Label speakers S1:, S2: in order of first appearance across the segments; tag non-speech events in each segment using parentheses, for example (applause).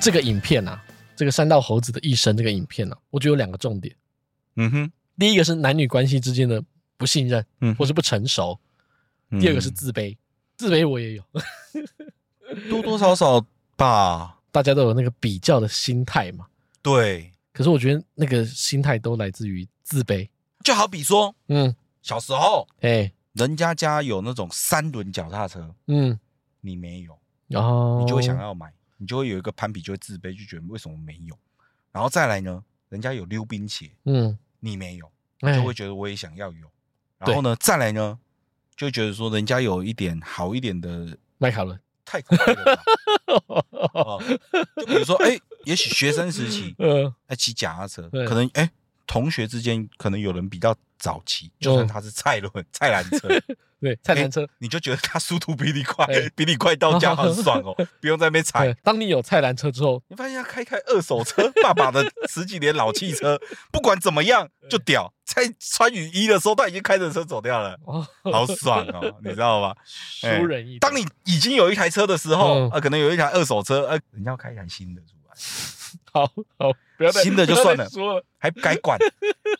S1: 这个影片啊，这个山道猴子的一生这个影片啊，我觉得有两个重点。
S2: 嗯哼，
S1: 第一个是男女关系之间的不信任
S2: 嗯
S1: 或是不成熟，
S2: 嗯
S1: 第二个是自卑，自卑我也有， (laughs)
S2: 嗯多多少少吧，
S1: 大家都有那个比较的心态嘛。
S2: 对，
S1: 可是我觉得那个心态都来自于自卑。
S2: 就好比说
S1: 嗯，
S2: 小时候
S1: 哎、
S2: 人家家有那种三轮脚踏车，
S1: 嗯，哦
S2: 你没有，
S1: 然后
S2: 你就会想要买，你就会有一个攀比，就会自卑，就觉得为什么没有。然后再来呢，人家有溜冰鞋，
S1: 嗯，
S2: 你没有，
S1: 哎
S2: 就会觉得我也想要有。然后呢，再来呢，就会觉得说人家有一点好一点的
S1: 麦卡伦，
S2: 太快了吧，
S1: (laughs)
S2: 哦就比如说，哎，也许学生时期
S1: 呃，
S2: 哎骑脚踏车，
S1: 对
S2: 可能哎同学之间可能有人比较早骑，就算
S1: 嗯
S2: 他是菜轮菜篮
S1: (laughs)
S2: 车，
S1: 对，菜篮车，
S2: 你就觉得他速度比你快
S1: 哎，
S2: 比你快到家好爽
S1: (laughs)
S2: 哦，不用在那边踩
S1: 对，。哎当你有菜篮车之后，
S2: 你发现他开开二手车，爸爸的十几年老汽车，不管怎么样就屌。在穿雨衣的时候，他已经开着车走掉了，
S1: 哦，
S2: 好爽哦，你知道吗？
S1: 输
S2: 哎
S1: 人一点。
S2: 当你已经有一台车的时候，
S1: 嗯
S2: 啊，可能有一台二手车，呃，人家要开一台新的出来，
S1: 好好，不要再
S2: 新的就算
S1: 不
S2: 了
S1: 要再说了，
S2: 还改
S1: (laughs)
S2: 管，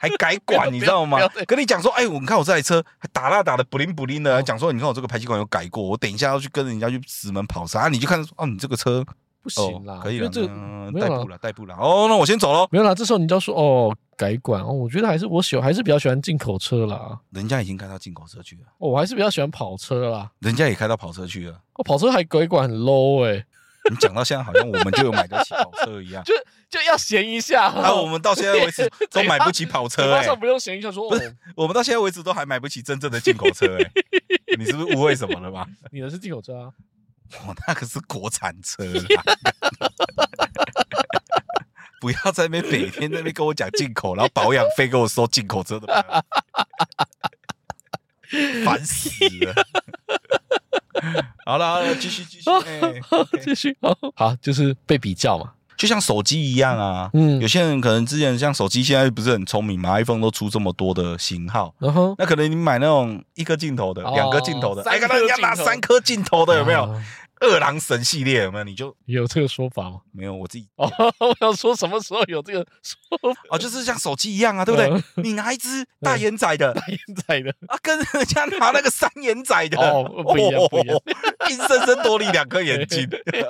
S2: 还改
S1: 不要
S2: 管，你知道吗
S1: 不要不要？哦
S2: 跟你讲说，哎，我你看我这台车还打蜡打的不灵不灵的，还讲说你看我这个排气管有改过，我等一下要去跟人家去石门跑山，啊你就看到说，哦，你这个车
S1: 不
S2: 哦
S1: 行啦，
S2: 可以
S1: 因为
S2: 了，
S1: 这
S2: 嗯，
S1: 没
S2: 代
S1: 有
S2: 步
S1: 啦，
S2: 了，代步了，哦，那我先走喽。
S1: 没有啦，这时候你就要说哦，改管哦，我觉得还是我喜欢还是比较喜欢进口车啦，
S2: 人家已经开到进口车去了。
S1: 哦我还是比较喜欢跑车啦，
S2: 人家也开到跑车去了。
S1: 哦，跑车还改管很 low 哎、。
S2: 你讲到现在，好像我们就有买得起跑车一样
S1: (laughs) 就就要闲一下哦，
S2: 啊，我们到现
S1: (laughs)
S2: 在为止
S1: 啊
S2: 都买不起跑车
S1: 马
S2: 哎、
S1: 上不用闲一下说，哦
S2: 不是我们到现在为止都还买不起真正的进口车哎、你是不是误会什么了吧？
S1: 你的是进口车啊，
S2: 我哦那可是国产车啦。不要在那边每天在那边跟我讲进口，然后保养费跟我收进口车的保养费，烦死了。好了，好了，继
S1: (laughs)
S2: 续继续，哎 (laughs) ，OK
S1: 继续好好就是被比较嘛，
S2: 就像手机一样啊。
S1: 嗯
S2: 有，些人可能之前像手机，现在不是很聪明嘛，iPhone 都出这么多的型号，
S1: 然
S2: (laughs)
S1: 后
S2: 那可能你买那种一颗镜头的、
S1: 哦
S2: 两颗镜头的，
S1: 三
S2: 哎，
S1: 颗
S2: 看到人家拿
S1: 镜头
S2: 三颗镜头的有没有？
S1: 啊
S2: 二郎神系列有没有？你就
S1: 有这个说法吗？ (laughs)
S2: 没有我自己
S1: 哦，我想说什么时候有这个说法？
S2: 哦，就是像手机一样啊，对不
S1: 嗯
S2: 对？你拿
S1: (laughs)
S2: 一只大眼仔的
S1: 大眼仔的，
S2: 啊，跟人家拿那个三眼仔的，
S1: 嗯
S2: (laughs)
S1: 哦不一样不一样
S2: 哦，硬生生多你两颗眼睛。
S1: (laughs)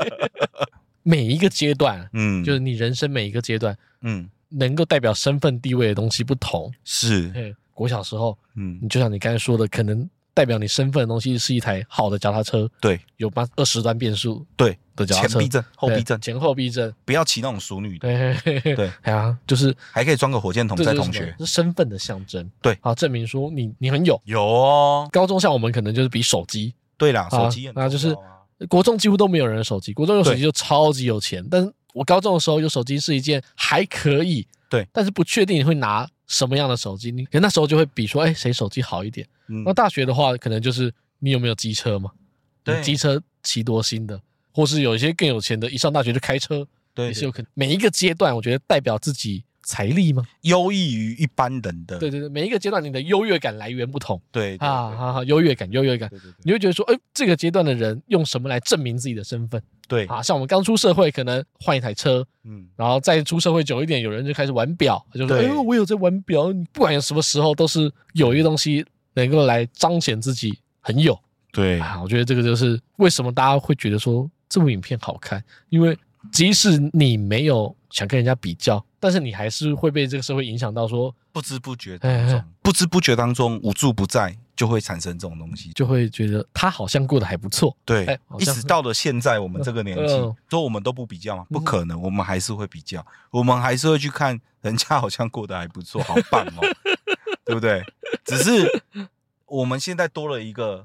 S1: 每一个阶段，
S2: 嗯，
S1: 就是你人生每一个阶段，
S2: 嗯
S1: 能够代表身份地位的东西不同。
S2: 是
S1: 哎，国小时候，
S2: 嗯
S1: 你就像你刚才说的，可能代表你身份的东西是一台好的脚踏车，
S2: 对
S1: 有八二十段变速
S2: 对，
S1: 的脚踏
S2: 前
S1: 车，
S2: 避震后避震
S1: 对，前后避震，
S2: 不要骑那种淑女的，
S1: 对
S2: 对，
S1: 哎呀，就是
S2: 还可以装个火箭筒
S1: 这
S2: 在
S1: 就是
S2: 同
S1: 什么
S2: 学。
S1: 是身份的象征，
S2: 对
S1: 好证明说你你很有。
S2: 有哦，
S1: 高中像我们可能就是比手机，
S2: 对啦，
S1: 啊
S2: 手机很重
S1: 那
S2: 要
S1: 就是
S2: 啊
S1: 国中几乎都没有人有手机，国中有手机
S2: 对
S1: 就超级有钱。但是我高中的时候有手机是一件还可以，
S2: 对，
S1: 但是不确定你会拿什么样的手机，你可能那时候就会比说，哎，谁手机好一点。
S2: 嗯
S1: 那大学的话，可能就是你有没有机车嘛，
S2: 对
S1: 你机车骑多新的，或是有一些更有钱的，一上大学就开车，
S2: 对
S1: 也是
S2: 对
S1: 有可能。每一个阶段，我觉得代表自己财力嘛，
S2: 优异于一般人的，
S1: 对对对，每一个阶段你的优越感来源不同
S2: 对对
S1: 啊啊，啊优越感，优越感。
S2: 对对
S1: 你
S2: 对
S1: 会觉得说，哎，这个阶段的人用什么来证明自己的身份？
S2: 对，对
S1: 啊，像我们刚出社会，可能换一台车，
S2: 嗯，
S1: 然后再出社会久一点，有人就开始玩表，就说：“哎
S2: 对
S1: 呦，我有在玩表。”你不管有什么时候，都是有一个东西能够来彰显自己很有
S2: 对
S1: 啊。我觉得这个就是为什么大家会觉得说这部影片好看，因为即使你没有想跟人家比较，但是你还是会被这个社会影响到说，
S2: 不知不觉
S1: 哎
S2: 当
S1: 哎
S2: 中，不知不觉当中无处不在，就会产生这种东西。
S1: 就会觉得他好像过得还不错。哎
S2: 对
S1: 好，
S2: 一
S1: 像
S2: 直
S1: 是
S2: 到了现在我们这个年纪
S1: 嗯嗯，
S2: 说我们都不比较吗？不
S1: 嗯
S2: 可能，我们还是会比较，我们还是会去看人家好像过得还不错，好棒哦，对不对？只是我们现在多了一个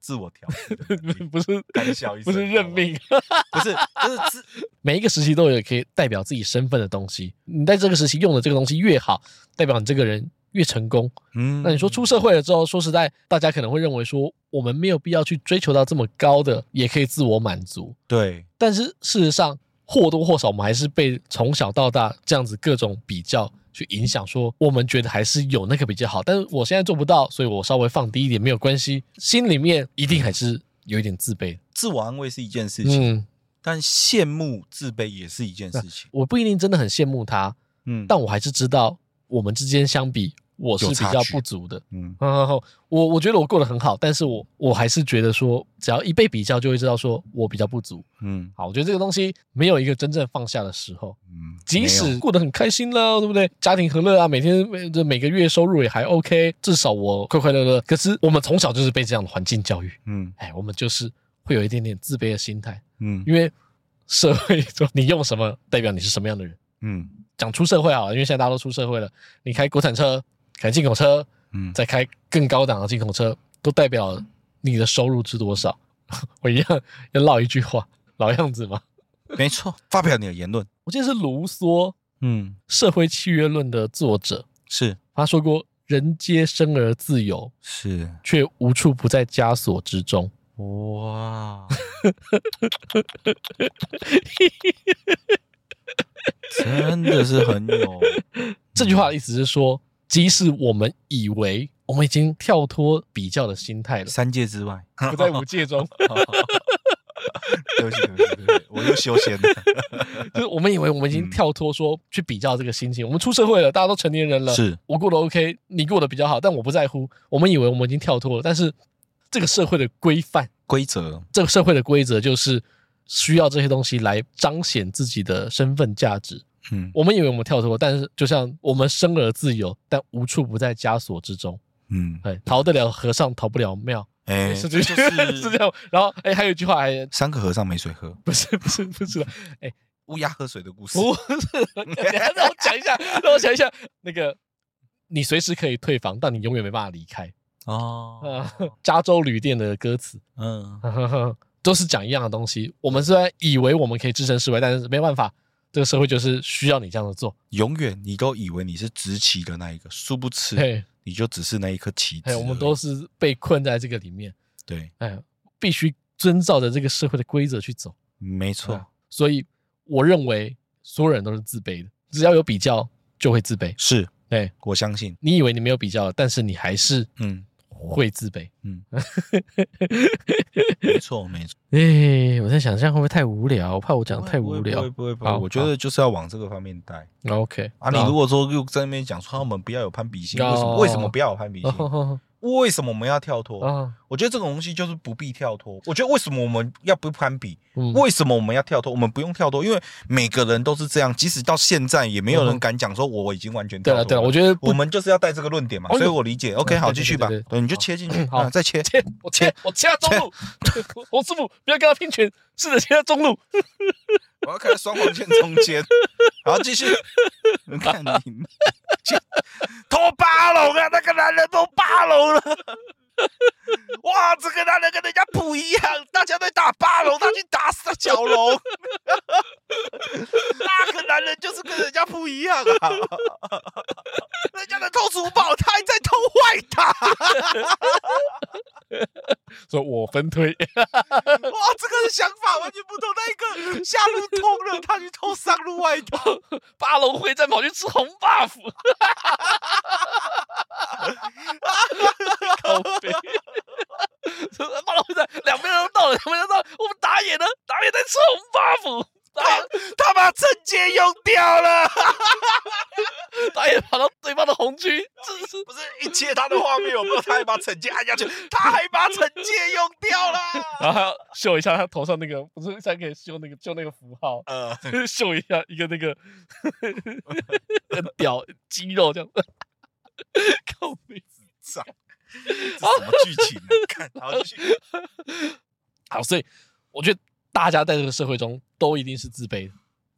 S2: 自我调试的能力，
S1: 不是 (laughs)
S2: 干笑一
S1: 不
S2: 声
S1: 是认命， (laughs)
S2: 不是，就是自
S1: 每一个时期都有可以代表自己身份的东西。你在这个时期用的这个东西越好，代表你这个人越成功。
S2: 嗯
S1: 那你说出社会了之后，说实在，大家可能会认为说，我们没有必要去追求到这么高的，也可以自我满足。
S2: 对
S1: 但是事实上，或多或少，我们还是被从小到大这样子各种比较去影响，说我们觉得还是有那个比较好，但是我现在做不到，所以我稍微放低一点没有关系，心里面一定还是有一点自卑。
S2: 自我安慰是一件事情，
S1: 嗯，
S2: 但羡慕自卑也是一件事情。
S1: 我不一定真的很羡慕他，
S2: 嗯，
S1: 但我还是知道我们之间相比，我是
S2: 有
S1: 比
S2: 差
S1: 较
S2: 距
S1: 不足的。
S2: 嗯
S1: 然后我我觉得我过得很好，但是我我还是觉得说，只要一被比较，就会知道说我比较不足。
S2: 嗯
S1: 好，我觉得这个东西没有一个真正放下的时候，
S2: 嗯，
S1: 即
S2: 没
S1: 使
S2: 有
S1: 过得很开心啦，对不对？家庭和乐啊，每天呃这每个月收入也还 OK，至少我快快乐乐。可是我们从小就是被这样的环境教育，
S2: 嗯
S1: 哎，我们就是会有一点点自卑的心态，
S2: 嗯
S1: 因为社会说你用什么代表你是什么样的人。
S2: 嗯
S1: 讲出社会好了，因为现在大家都出社会了，你开国产车，开进口车，
S2: 嗯，
S1: 再开更高档的进口车，都代表你的收入是多少。 (laughs) 我一样要唠一句话，老样子嘛。
S2: 没错，发表你的言论。
S1: 我记得是卢梭《
S2: 嗯，
S1: 社会契约论》的作者，
S2: 是
S1: 他说过：“人皆生而自由，
S2: 是，
S1: 却无处不在枷锁之中。
S2: 哇， (laughs) 真的是很
S1: (laughs)
S2: 有”
S1: 这句话的意思是说，即使我们以为我们已经跳脱比较的心态了，
S2: 三界之外。
S1: (laughs) 不在五界中，
S2: (laughs) 对不起，对不起，对不起，我又修仙
S1: (laughs)
S2: 了。
S1: (laughs) 就是我们以为我们已经跳脱说去比较这个心情，我们出社会了，大家都成年人了，
S2: 是，
S1: 我过得 OK，你过得比较好，但我不在乎。我们以为我们已经跳脱了，但是这个社会的规范，
S2: 规则，
S1: 这个社会的规则就是需要这些东西来彰显自己的身份价值。
S2: 嗯
S1: 我们以为我们跳脱，但是就像我们生而自由，但无处不在枷锁之中。
S2: 嗯，
S1: 哎，逃得了和尚逃不了庙，(laughs)
S2: 哎，
S1: 是
S2: 这
S1: 这
S2: 就
S1: 句是这
S2: 是
S1: 样。然后哎，还有一句话，哎， (laughs)
S2: 三个和尚没水喝，
S1: 不是不是不
S2: (laughs)
S1: 是，
S2: 乌鸦喝水的故事。
S1: 不 (laughs) 是，让我讲一下，让我讲一下那个。你随时可以退房，但你永远没办法离开。
S2: 哦
S1: 啊，加州旅店的歌词， (laughs)
S2: 嗯，
S1: 都是讲一样的东西。我们虽然以为我们可以置身事外，但是没办法，这个社会就是需要你这样的做。
S2: 永远你都以为你是直旗的那一个，殊不知
S1: 嘿，
S2: 你就只是那一颗旗
S1: 嘿，
S2: 帜。
S1: 我们都是被困在这个里面，
S2: 对，
S1: 哎，必须遵照着这个社会的规则去走。
S2: 没错
S1: 啊，所以，我认为所有人都是自卑的，只要有比较就会自卑。
S2: 是
S1: 对
S2: 我相信。
S1: 你以为你没有比较，但是你还是
S2: 嗯，
S1: 会自卑。
S2: 嗯，没错，没错。
S1: 哎、我在想这样会不会太无聊？我怕我讲得太
S2: 不
S1: 无
S2: 会
S1: 聊
S2: 不会。不会不会，
S1: 好
S2: 我觉
S1: 好
S2: 得就是要往这个方面带
S1: OK，
S2: 啊。你如果说又在那边讲说我们不要有攀比心，为什么为什么不要有攀比心？
S1: 啊
S2: 为什么我们要跳
S1: 啊
S2: 脱？
S1: 啊，
S2: 我觉得这种东西就是不必跳脱。我觉得为什么我们要不攀比？
S1: 嗯
S2: 为什么我们要跳脱？我们不用跳脱，因为每个人都是这样，即使到现在也没有
S1: 嗯
S2: 人敢讲说我已经完全
S1: 对
S2: 跳
S1: 了
S2: 脱。
S1: 对了，我觉得不
S2: 啊我们就是要带这个论点嘛，
S1: 哦
S2: 所以我理解。OK，好，
S1: 对对
S2: 继续吧
S1: 对对。
S2: 对，你就切进去，
S1: 好
S2: 啊再切。
S1: (laughs) 切，我切
S2: 切，
S1: 我切他中路。 (laughs) 洪师傅，不要跟他拼拳，试着切他中路。
S2: 我要开双黄线中间，然后继续。你看你 (laughs) 们，偷八龙啊！那个男人偷八龙了。哇，这个男人跟人家不一样，大家在打八龙，他去打四角龙。那个男人就是跟人家不一样啊！ (laughs) 人家在偷珠宝，他还在偷外塔。
S1: 说我分推，
S2: 哇，这个想法完全不同。那一个下路通了，他去偷上路外塔。
S1: 八龙会战跑去吃红 buff。靠背，八龙会战两边都到了，两边都到了，我们打野呢？打野在吃红 buff。打野
S2: 他把正界用掉了，
S1: 打野跑到对方的红区，这是
S2: 不是一切他的画面有没有？他还把惩戒按下去，他还把惩戒用掉了。
S1: (laughs) 然后还要秀一下他头上那个，不是才可以秀那个秀那个符号，
S2: 呃，
S1: (laughs) 秀一下一个那个嗯 (laughs) 很屌肌肉这样， (laughs) 靠背。
S2: (laughs) 啥？这什么剧情 (laughs) 啊？看，然后继续。
S1: 好，所以我觉得大家在这个社会中都一定是自卑的，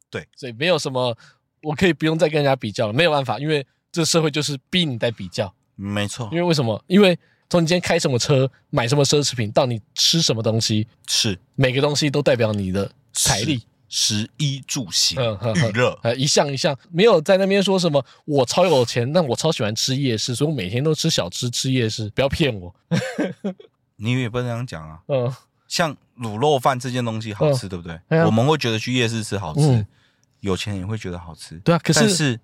S2: 对，
S1: 所以没有什么我可以不用再跟人家比较了，没有办法，因为这社会就是逼你在比较，
S2: 没错
S1: 因，为为什么？因为从你今天开什么车、买什么奢侈品到你吃什么东西，
S2: 是
S1: 每个东西都代表你的财力，
S2: 食衣住行
S1: 嗯呵呵
S2: 娱乐，
S1: 呃，一项一项，没有在那边说什么我超有钱，但我超喜欢吃夜市，所以我每天都吃小吃、吃夜市，不要骗我。
S2: 你也不能这样讲啊。
S1: 嗯
S2: 像卤肉饭这件东西好吃，对不对
S1: 哎？呀
S2: 我们会觉得去夜市吃好
S1: 嗯
S2: 吃，有钱人会觉得好吃。
S1: 对啊可是
S2: 但是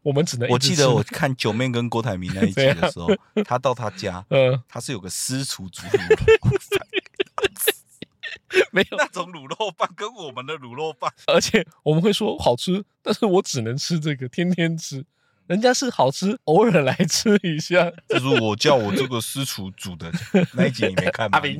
S1: 我们只能一
S2: 我
S1: 直
S2: 记
S1: 吃
S2: 得我看九妹跟郭台铭那一集
S1: 怎样
S2: 的时 (laughs) 候， (laughs) 他到他家，
S1: 呃，
S2: 他是有个私厨煮卤肉饭，
S1: (laughs) 没 (laughs) 有，
S2: 那种卤肉饭跟我们的卤肉饭，
S1: 而且我们会说好吃，但是我只能吃这个，天天吃。人家是好吃，偶尔来吃一
S2: (laughs)
S1: 下。
S2: (laughs) 这是我叫我这个私厨煮的那一集，你没看吗？
S1: 阿明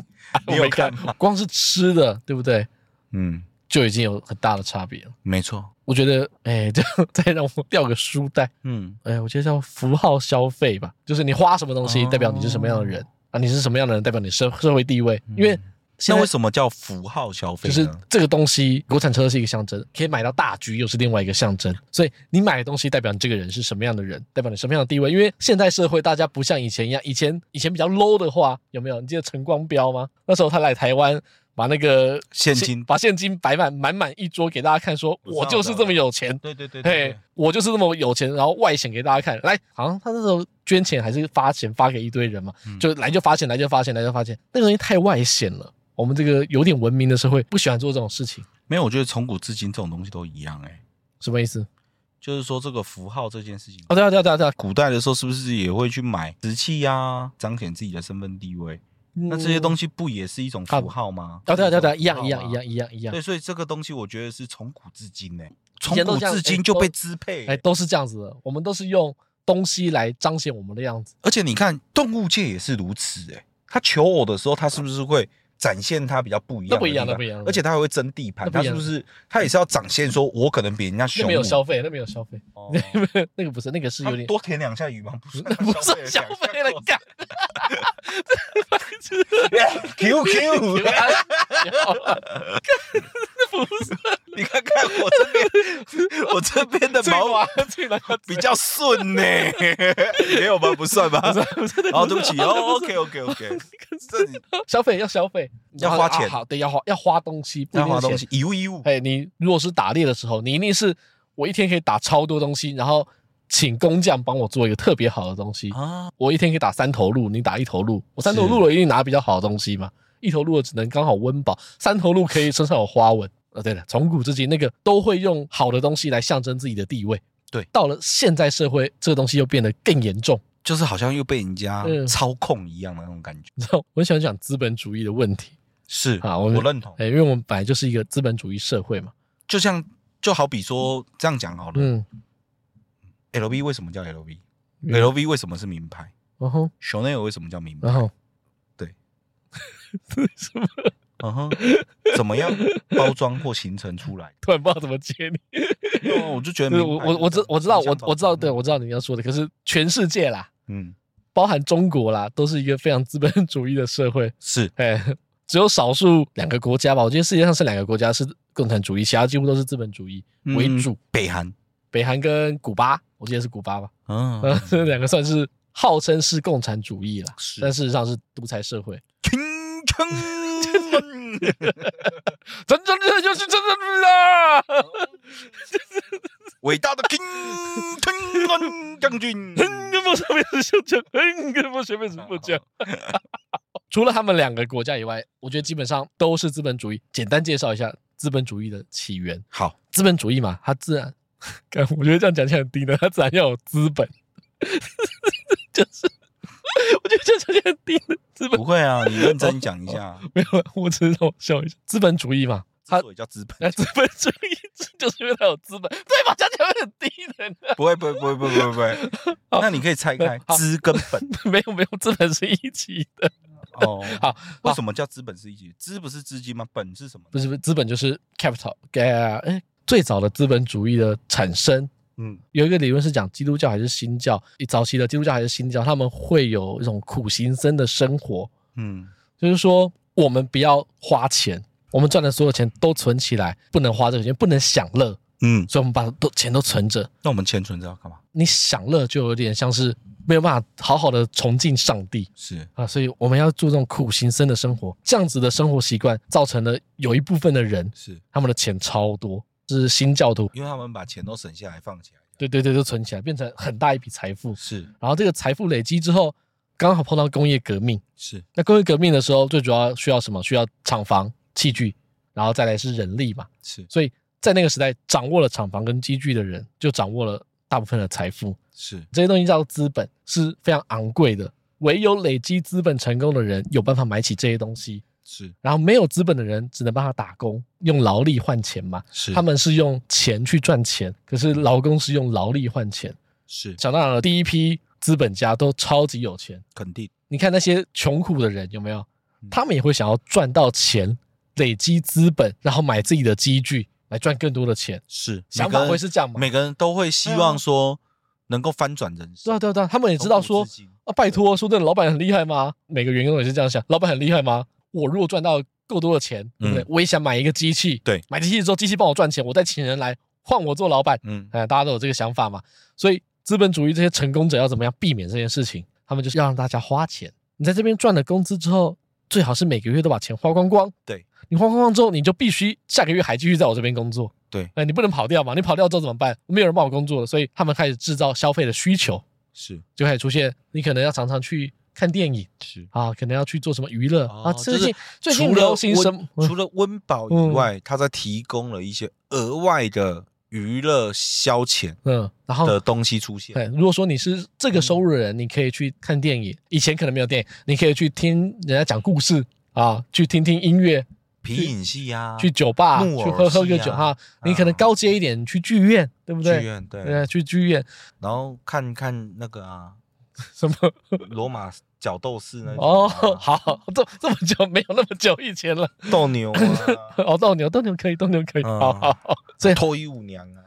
S2: 你，你有看吗？
S1: 光是吃的，对不对？
S2: 嗯，
S1: 就已经有很大的差别了。
S2: 没错，
S1: 我觉得，哎， (laughs) 这样再让我掉个书袋，
S2: 嗯，
S1: 哎，我觉得叫符号消费吧，就是你花什么东西，
S2: 哦
S1: 代表你是什么样的人、啊，你是什么样的人，代表你社社会地位。因为现
S2: 嗯那
S1: 在
S2: 为什么叫符号消费
S1: 就
S2: 呢？
S1: 是这个东西，国产车是一个象征，可以买到大局又是另外一个象征。所以你买的东西代表你这个人是什么样的人，代表你什么样的地位。因为现代社会大家不像以前一样，以前以前比较 low 的话，有没有？你记得陈光标吗？那时候他来台湾，把那个
S2: 现金
S1: 把现金摆满满满一桌给大家看，说
S2: 我知道
S1: 我就是这么有钱。
S2: 对对对对
S1: 嘿
S2: 对，，
S1: 我就是这么有钱，然后外显给大家看。来，好像他那时候捐钱还是发钱发给一堆人嘛，
S2: 嗯
S1: 就来就发钱，来就发钱，来就发钱，那个东西太外显了。我们这个有点文明的社会不喜欢做这种事情，
S2: 没有，我觉得从古至今这种东西都一样、欸，哎，
S1: 什么意思？
S2: 就是说这个符号这件事情，
S1: 哦，对啊，对啊，对啊，对啊。
S2: 古代的时候是不是也会去买瓷器呀、彰显自己的身份地位？那这些
S1: 西，
S2: 东西嗯不也是一种符号吗？
S1: 哦，对嗯啊，对啊，对啊，
S2: 是
S1: 一样，
S2: 种
S1: 一
S2: 符号
S1: 样，
S2: 吗
S1: 一。样，一样，一样
S2: 对，。所以这个东西我觉得是从古至今呢、从
S1: 前都
S2: 古
S1: 这样
S2: 至今
S1: 哎
S2: 就
S1: 都
S2: 被支配、
S1: 哎，都是这样子的，我们都是用东西来彰显我们的样子。
S2: 而且你看动物界也是如此、欸，它求偶的时候，它是不是会展现它比较不一样的地方？
S1: 那不一样那不一样
S2: 而且它还会争地盘，
S1: 那不
S2: 它
S1: 一
S2: 是
S1: 样
S2: 不是？它也是要展现说，我可能比人家
S1: 那
S2: 凶猛。
S1: 没有消费，那没有消费，
S2: 哦
S1: (laughs) 那个不是，那个是有
S2: 它
S1: 点
S2: 多舔两下羽毛，
S1: (laughs)
S2: 不是啊
S1: 不是消 (laughs) 费
S2: (laughs)
S1: 了，干。
S2: 啊
S1: (laughs)
S2: Q Q，你看看我这边，我 (laughs) 这边的
S1: 最
S2: 毛
S1: 麻最难，
S2: 比较顺呢、 (laughs) 没有吧？不算吧？
S1: (laughs) 不是
S2: 哦，对不起，哦，OK
S1: (laughs)
S2: OK OK，这里
S1: 消费要消费，
S2: 要花钱
S1: 啊好对，要花要花东西，不一
S2: 要
S1: 定是
S2: 花东
S1: 钱
S2: 西，一物一物，
S1: 哎，你如果是打猎的时候，你一定是我一天可以打超多东西，然后请工匠帮我做一个特别好的东西。
S2: 啊，
S1: 我一天可以打三头鹿，你打一头鹿，我三头
S2: 是
S1: 鹿了一定拿比较好的东西嘛。一头鹿的只能刚好温饱，三头鹿可以身上有花纹。呃，对了，从古至今，那个都会用好的东西来象征自己的地位。
S2: 对
S1: 到了现在社会，这个东西又变得更严重。
S2: 就是好像又被人家
S1: 嗯
S2: 操控一样的那种感觉。
S1: 你知道，我很喜欢讲资本主义的问题，
S2: 是
S1: 啊我
S2: 我
S1: 们
S2: 认同。
S1: 哎，因为我们本来就是一个资本主义社会嘛。
S2: 就像就好比说这样讲好了
S1: 嗯，
S2: ，L V 为什么叫 L
S1: 嗯啊
S2: V？L V 为什么是名牌
S1: 然后，
S2: ？Chanel 为什么叫名牌
S1: 然？后， (laughs)
S2: 对，
S1: 什么？
S2: 嗯哼，怎么样包装或形成出来？
S1: 突然不知道怎么接你。
S2: 哦我就觉得
S1: 对
S2: 名
S1: 我
S2: 牌
S1: 我我知
S2: 就是
S1: 我知道
S2: 形象
S1: 我
S2: 包
S1: 我知道，
S2: 装
S1: 对我知道你要说的，可是全世界啦，
S2: 嗯，
S1: 包含中国啦，都是一个非常资本主义的社会，
S2: 是
S1: 哎， (laughs) 只有少数两个国家吧，我觉得世界上是两个国家是共产主义，其他几乎都是资本主义为
S2: 嗯
S1: 主，
S2: 北韩，
S1: 北韩跟古巴，我记得是古巴吧，
S2: 嗯
S1: 呃，这两个算是号称是共产主义啦，
S2: 是
S1: 但事实上是独裁社会，
S2: 青春
S1: 真真正就是真正啦， (laughs)
S2: 伟大的青春将
S1: (laughs)
S2: 军，
S1: 哼，跟莫上面是就讲，哼，跟莫上面是不讲。 (laughs) 除了他们两个国家以外，我觉得基本上都是资本主义。简单介绍一下资本主义的起源。
S2: 好，
S1: 资本主义嘛，它自然，干我觉得这样讲起来很低能，它自然要有资本， (laughs) 就是我觉得这样讲起来很低能。资本
S2: 不会啊，你认真讲一下，
S1: (laughs) 没有，我只是让我笑一下。资本主义嘛，它
S2: 之所以叫资本。
S1: 哎资本主义就是因为它有资本，对吧？讲起来会很低能。
S2: 不会，不会，不会，不会，不会，不会。那你可以拆开
S1: (laughs) 好
S2: 资跟
S1: (laughs)
S2: 本
S1: (laughs) 没有没有，资本是一起的。
S2: 哦。
S1: 好，
S2: 为什么叫资本是一级？资不是资金吗？本是什么？
S1: 不，是不是，资本就是 capital，呃，哎，最早的资本主义的产生。
S2: 嗯，
S1: 有一个理论是讲基督教还是新教，早期的基督教还是新教，他们会有一种苦行僧的生活，
S2: 嗯，
S1: 就是说我们不要花钱，我们赚的所有钱都存起来，不能花这个钱，不能享乐，
S2: 嗯。
S1: 所以我们把都钱都存着。
S2: 那我们钱存着要干嘛？
S1: 你享乐就有点像是没有办法好好的崇敬上帝，
S2: 是
S1: 啊，所以我们要注重苦行僧的生活，这样子的生活习惯造成了有一部分的人
S2: 是，
S1: 他们的钱超多，是新教徒，
S2: 因为他们把钱都省下来放起来。
S1: 对对对，就存起来，变成很大一笔财富。
S2: 是
S1: 然后这个财富累积之后，刚好碰到工业革命。
S2: 是，
S1: 那工业革命的时候，最主要需要什么？需要厂房、器具，然后再来是人力嘛。
S2: 是
S1: 所以在那个时代，掌握了厂房跟机具的人，就掌握了大部分的财富。
S2: 是，
S1: 这些东西叫做资本，是非常昂贵的。唯有累积资本成功的人，有办法买起这些东西，
S2: 是
S1: 然后没有资本的人只能帮他打工，用劳力换钱嘛。
S2: 是，
S1: 他们是用钱去赚钱，可是劳工是用劳力换钱。
S2: 是
S1: 想当然了，第一批资本家都超级有钱。
S2: 肯定
S1: 你看那些穷苦的人有没有
S2: 嗯？
S1: 他们也会想要赚到钱，累积资本，然后买自己的机具来赚更多的钱。
S2: 是
S1: 想
S2: 每个
S1: 法
S2: 人
S1: 会是这样吗？
S2: 每个人都会希
S1: 对啊
S2: 望说能够翻转人
S1: 对
S2: 生
S1: 啊，，对啊，对啊，他们也知道说
S2: 从古至今
S1: 啊，拜托，说真的，老板很厉害吗？每个员工也是这样想，老板很厉害吗？我如果赚到够多的钱，对不对？
S2: 嗯
S1: 我也想买一个机器，
S2: 对
S1: 买机器之后，机器帮我赚钱，我再请人来换我做老板，
S2: 嗯，
S1: 哎，大家都有这个想法嘛。所以资本主义这些成功者要怎么样避免这件事情？他们就是要让大家花钱。你在这边赚了工资之后，最好是每个月都把钱花光光。
S2: 对，
S1: 你花光光之后，你就必须下个月还继续在我这边工作。
S2: 对
S1: 哎，你不能跑掉嘛，你跑掉之后怎么办？没有人帮我工作了，所以他们开始制造消费的需求。
S2: 是
S1: 就开始出现，你可能要常常去看电影
S2: 是。
S1: 啊，可能要去做什么娱乐、
S2: 哦
S1: 啊。
S2: 就
S1: 最近
S2: 是
S1: 最近
S2: 除了
S1: 流行什么
S2: 温？除了温饱以
S1: 嗯
S2: 外，它在提供了一些额外的娱乐消遣
S1: 嗯，然后
S2: 的东西出现。
S1: 对，如果说你是这个收入的人，
S2: 嗯
S1: 你可以去看电影，以前可能没有电影，你可以去听人家讲故事啊，去听听音乐，
S2: 皮影戏啊，
S1: 去酒吧
S2: 木偶
S1: 去喝喝个
S2: 戏啊
S1: 酒哈。你可能高阶一点，去剧院，对不
S2: 剧
S1: 对？
S2: 院对，
S1: 对，啊去剧院
S2: 然后看看那个
S1: (laughs)
S2: 啊，
S1: 什么？
S2: 罗马角斗士那
S1: 哦，
S2: 种啊
S1: 好，这这么久没有那么久以前了。，
S2: 斗牛啊
S1: (laughs) 哦，斗牛，斗牛可以，斗牛可以。
S2: 嗯
S1: 好好好，所以
S2: 脱衣舞娘啊，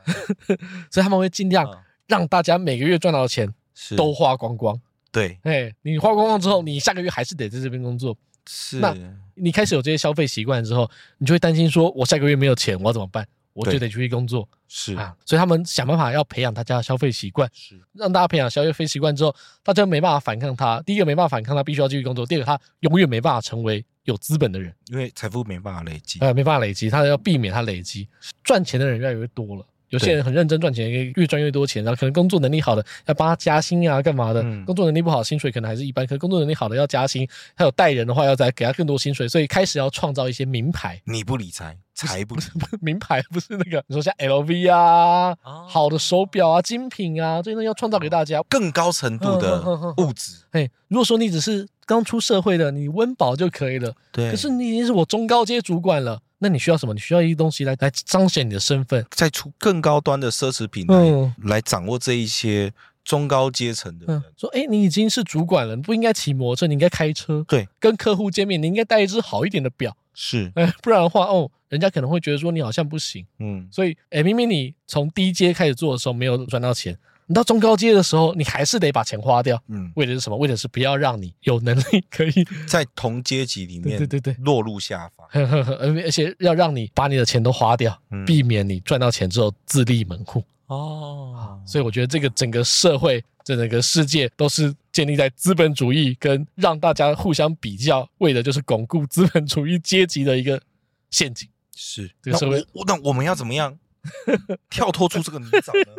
S1: 所以他们会尽量
S2: 嗯
S1: 让大家每个月赚到的钱
S2: 是
S1: 都花光光。
S2: 对
S1: 哎，你花光光之后，你下个月还是得在这边工作。
S2: 是
S1: 那你开始有这些消费习惯之后，你就会担心说，我下个月没有钱，我要怎么办？我就
S2: 对
S1: 得出去工作
S2: 是
S1: 啊。所以他们想办法要培养大家的消费习惯，
S2: 是
S1: 让大家培养消费习惯之后，大家没办法反抗他。第一个没办法反抗他，必须要继续工作；第二个他永远没办法成为有资本的人，
S2: 因为财富没办法累积，
S1: 呃，没办法累积，他要避免他累
S2: 嗯
S1: 积。赚钱的人越来越多了。有些
S2: 对
S1: 人很认真赚钱，越赚越多钱，然后可能工作能力好的要帮他加薪啊，干嘛的？
S2: 嗯
S1: 工作能力不好，薪水可能还是一般，可能工作能力好的要加薪，还有带人的话要再给他更多薪水，所以开始要创造一些名牌，
S2: 你不理财，财不理
S1: (laughs) 名牌不是那个，你说像 LV 啊，
S2: 哦
S1: 好的手表啊、精品啊，这些东西要创造给大家。
S2: 更高程度的
S1: 哼哼哼哼
S2: 物质，
S1: 哎，如果说你只是刚出社会的，你温饱就可以了。
S2: 对
S1: 可是你已经是我中高阶主管了，那你需要什么？你需要一些东西来来彰显你的身份。
S2: 再出更高端的奢侈品来、
S1: 嗯
S2: 来掌握这一些中高阶层的人。
S1: 嗯，说哎，你已经是主管了，你不应该骑摩托车，你应该开车。
S2: 对，
S1: 跟客户见面，你应该带一只好一点的表，
S2: 是，
S1: 哎，不然的话，哦，人家可能会觉得说你好像不行。
S2: 嗯，
S1: 所以，哎，明明你从低阶开始做的时候没有赚到钱，你到中高阶的时候，你还是得把钱花掉。
S2: 嗯，
S1: 为的是什么？为的是不要让你有能力可以，
S2: 在同阶级里面，
S1: 嗯对对对对。
S2: 落入下风
S1: 呵呵呵，而且要让你把你的钱都花掉，
S2: 嗯
S1: 避免你赚到钱之后自立门户。
S2: 哦
S1: 所以我觉得这个整个社会、这整个世界都是建立在资本主义跟让大家互相比较，为的就是巩固资本主义阶级的一个陷阱。 (laughs)
S2: 是，
S1: 这
S2: 那
S1: 个社会
S2: 我我那我们要怎么
S1: (laughs)
S2: 样跳脱出这个泥沼呢？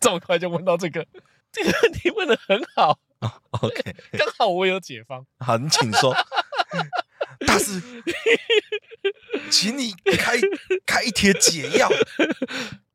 S1: 这么快就问到这个，这个问题问的很好，
S2: OK，
S1: 刚好我有解方。
S2: 好，你请说。 (laughs) 大师，请你开开一帖解药。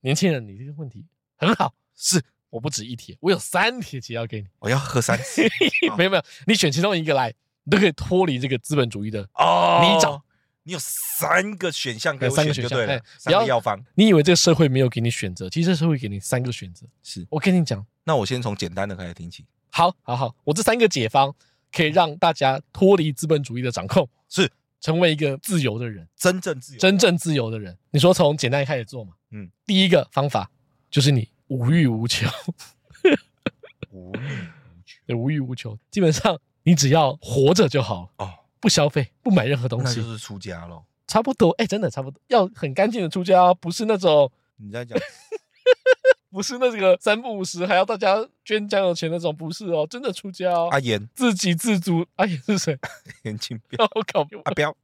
S1: 年轻人，你这个问题很好，
S2: 是，
S1: 我不止一帖，我有三帖解要给你。
S2: 我要喝三次好
S1: 没有没有，你选其中一个来，你都可以脱离这个资本主义的。
S2: 哦
S1: 泥沼，
S2: 你有三个选项给
S1: 有
S2: 我
S1: 三个选
S2: 选就
S1: 项
S2: 对了
S1: 哎，
S2: 三个
S1: 不要
S2: 药方
S1: 你以为这个社会没有给你选择，其实这社会给你三个选择。
S2: 是。
S1: 我跟你讲，
S2: 那我先从简单的开始听起。
S1: 好好好，我这三个解方可以让大家脱离资本主义的掌控，
S2: 是
S1: 成为一个自由的人，
S2: 真正自由，
S1: 真正自由的人。你说从简单开始做嘛？
S2: 嗯，
S1: 第一个方法就是你无欲无求， (laughs)
S2: 无欲无求
S1: 对，无欲无求，基本上你只要活着就好，
S2: 哦，
S1: 不消费，不买任何东
S2: 那
S1: 西
S2: 就，是出家喽。
S1: 差不多。哎，真的差不多，要很干净的出家哦，不是那种。
S2: 你在讲
S1: 不是那个三不五时还要大家捐酱油钱那种，不是哦，真的出家哦，
S2: 阿言
S1: 自给自足。阿言是谁？ (laughs)
S2: 言轻标
S1: 我搞
S2: 阿彪，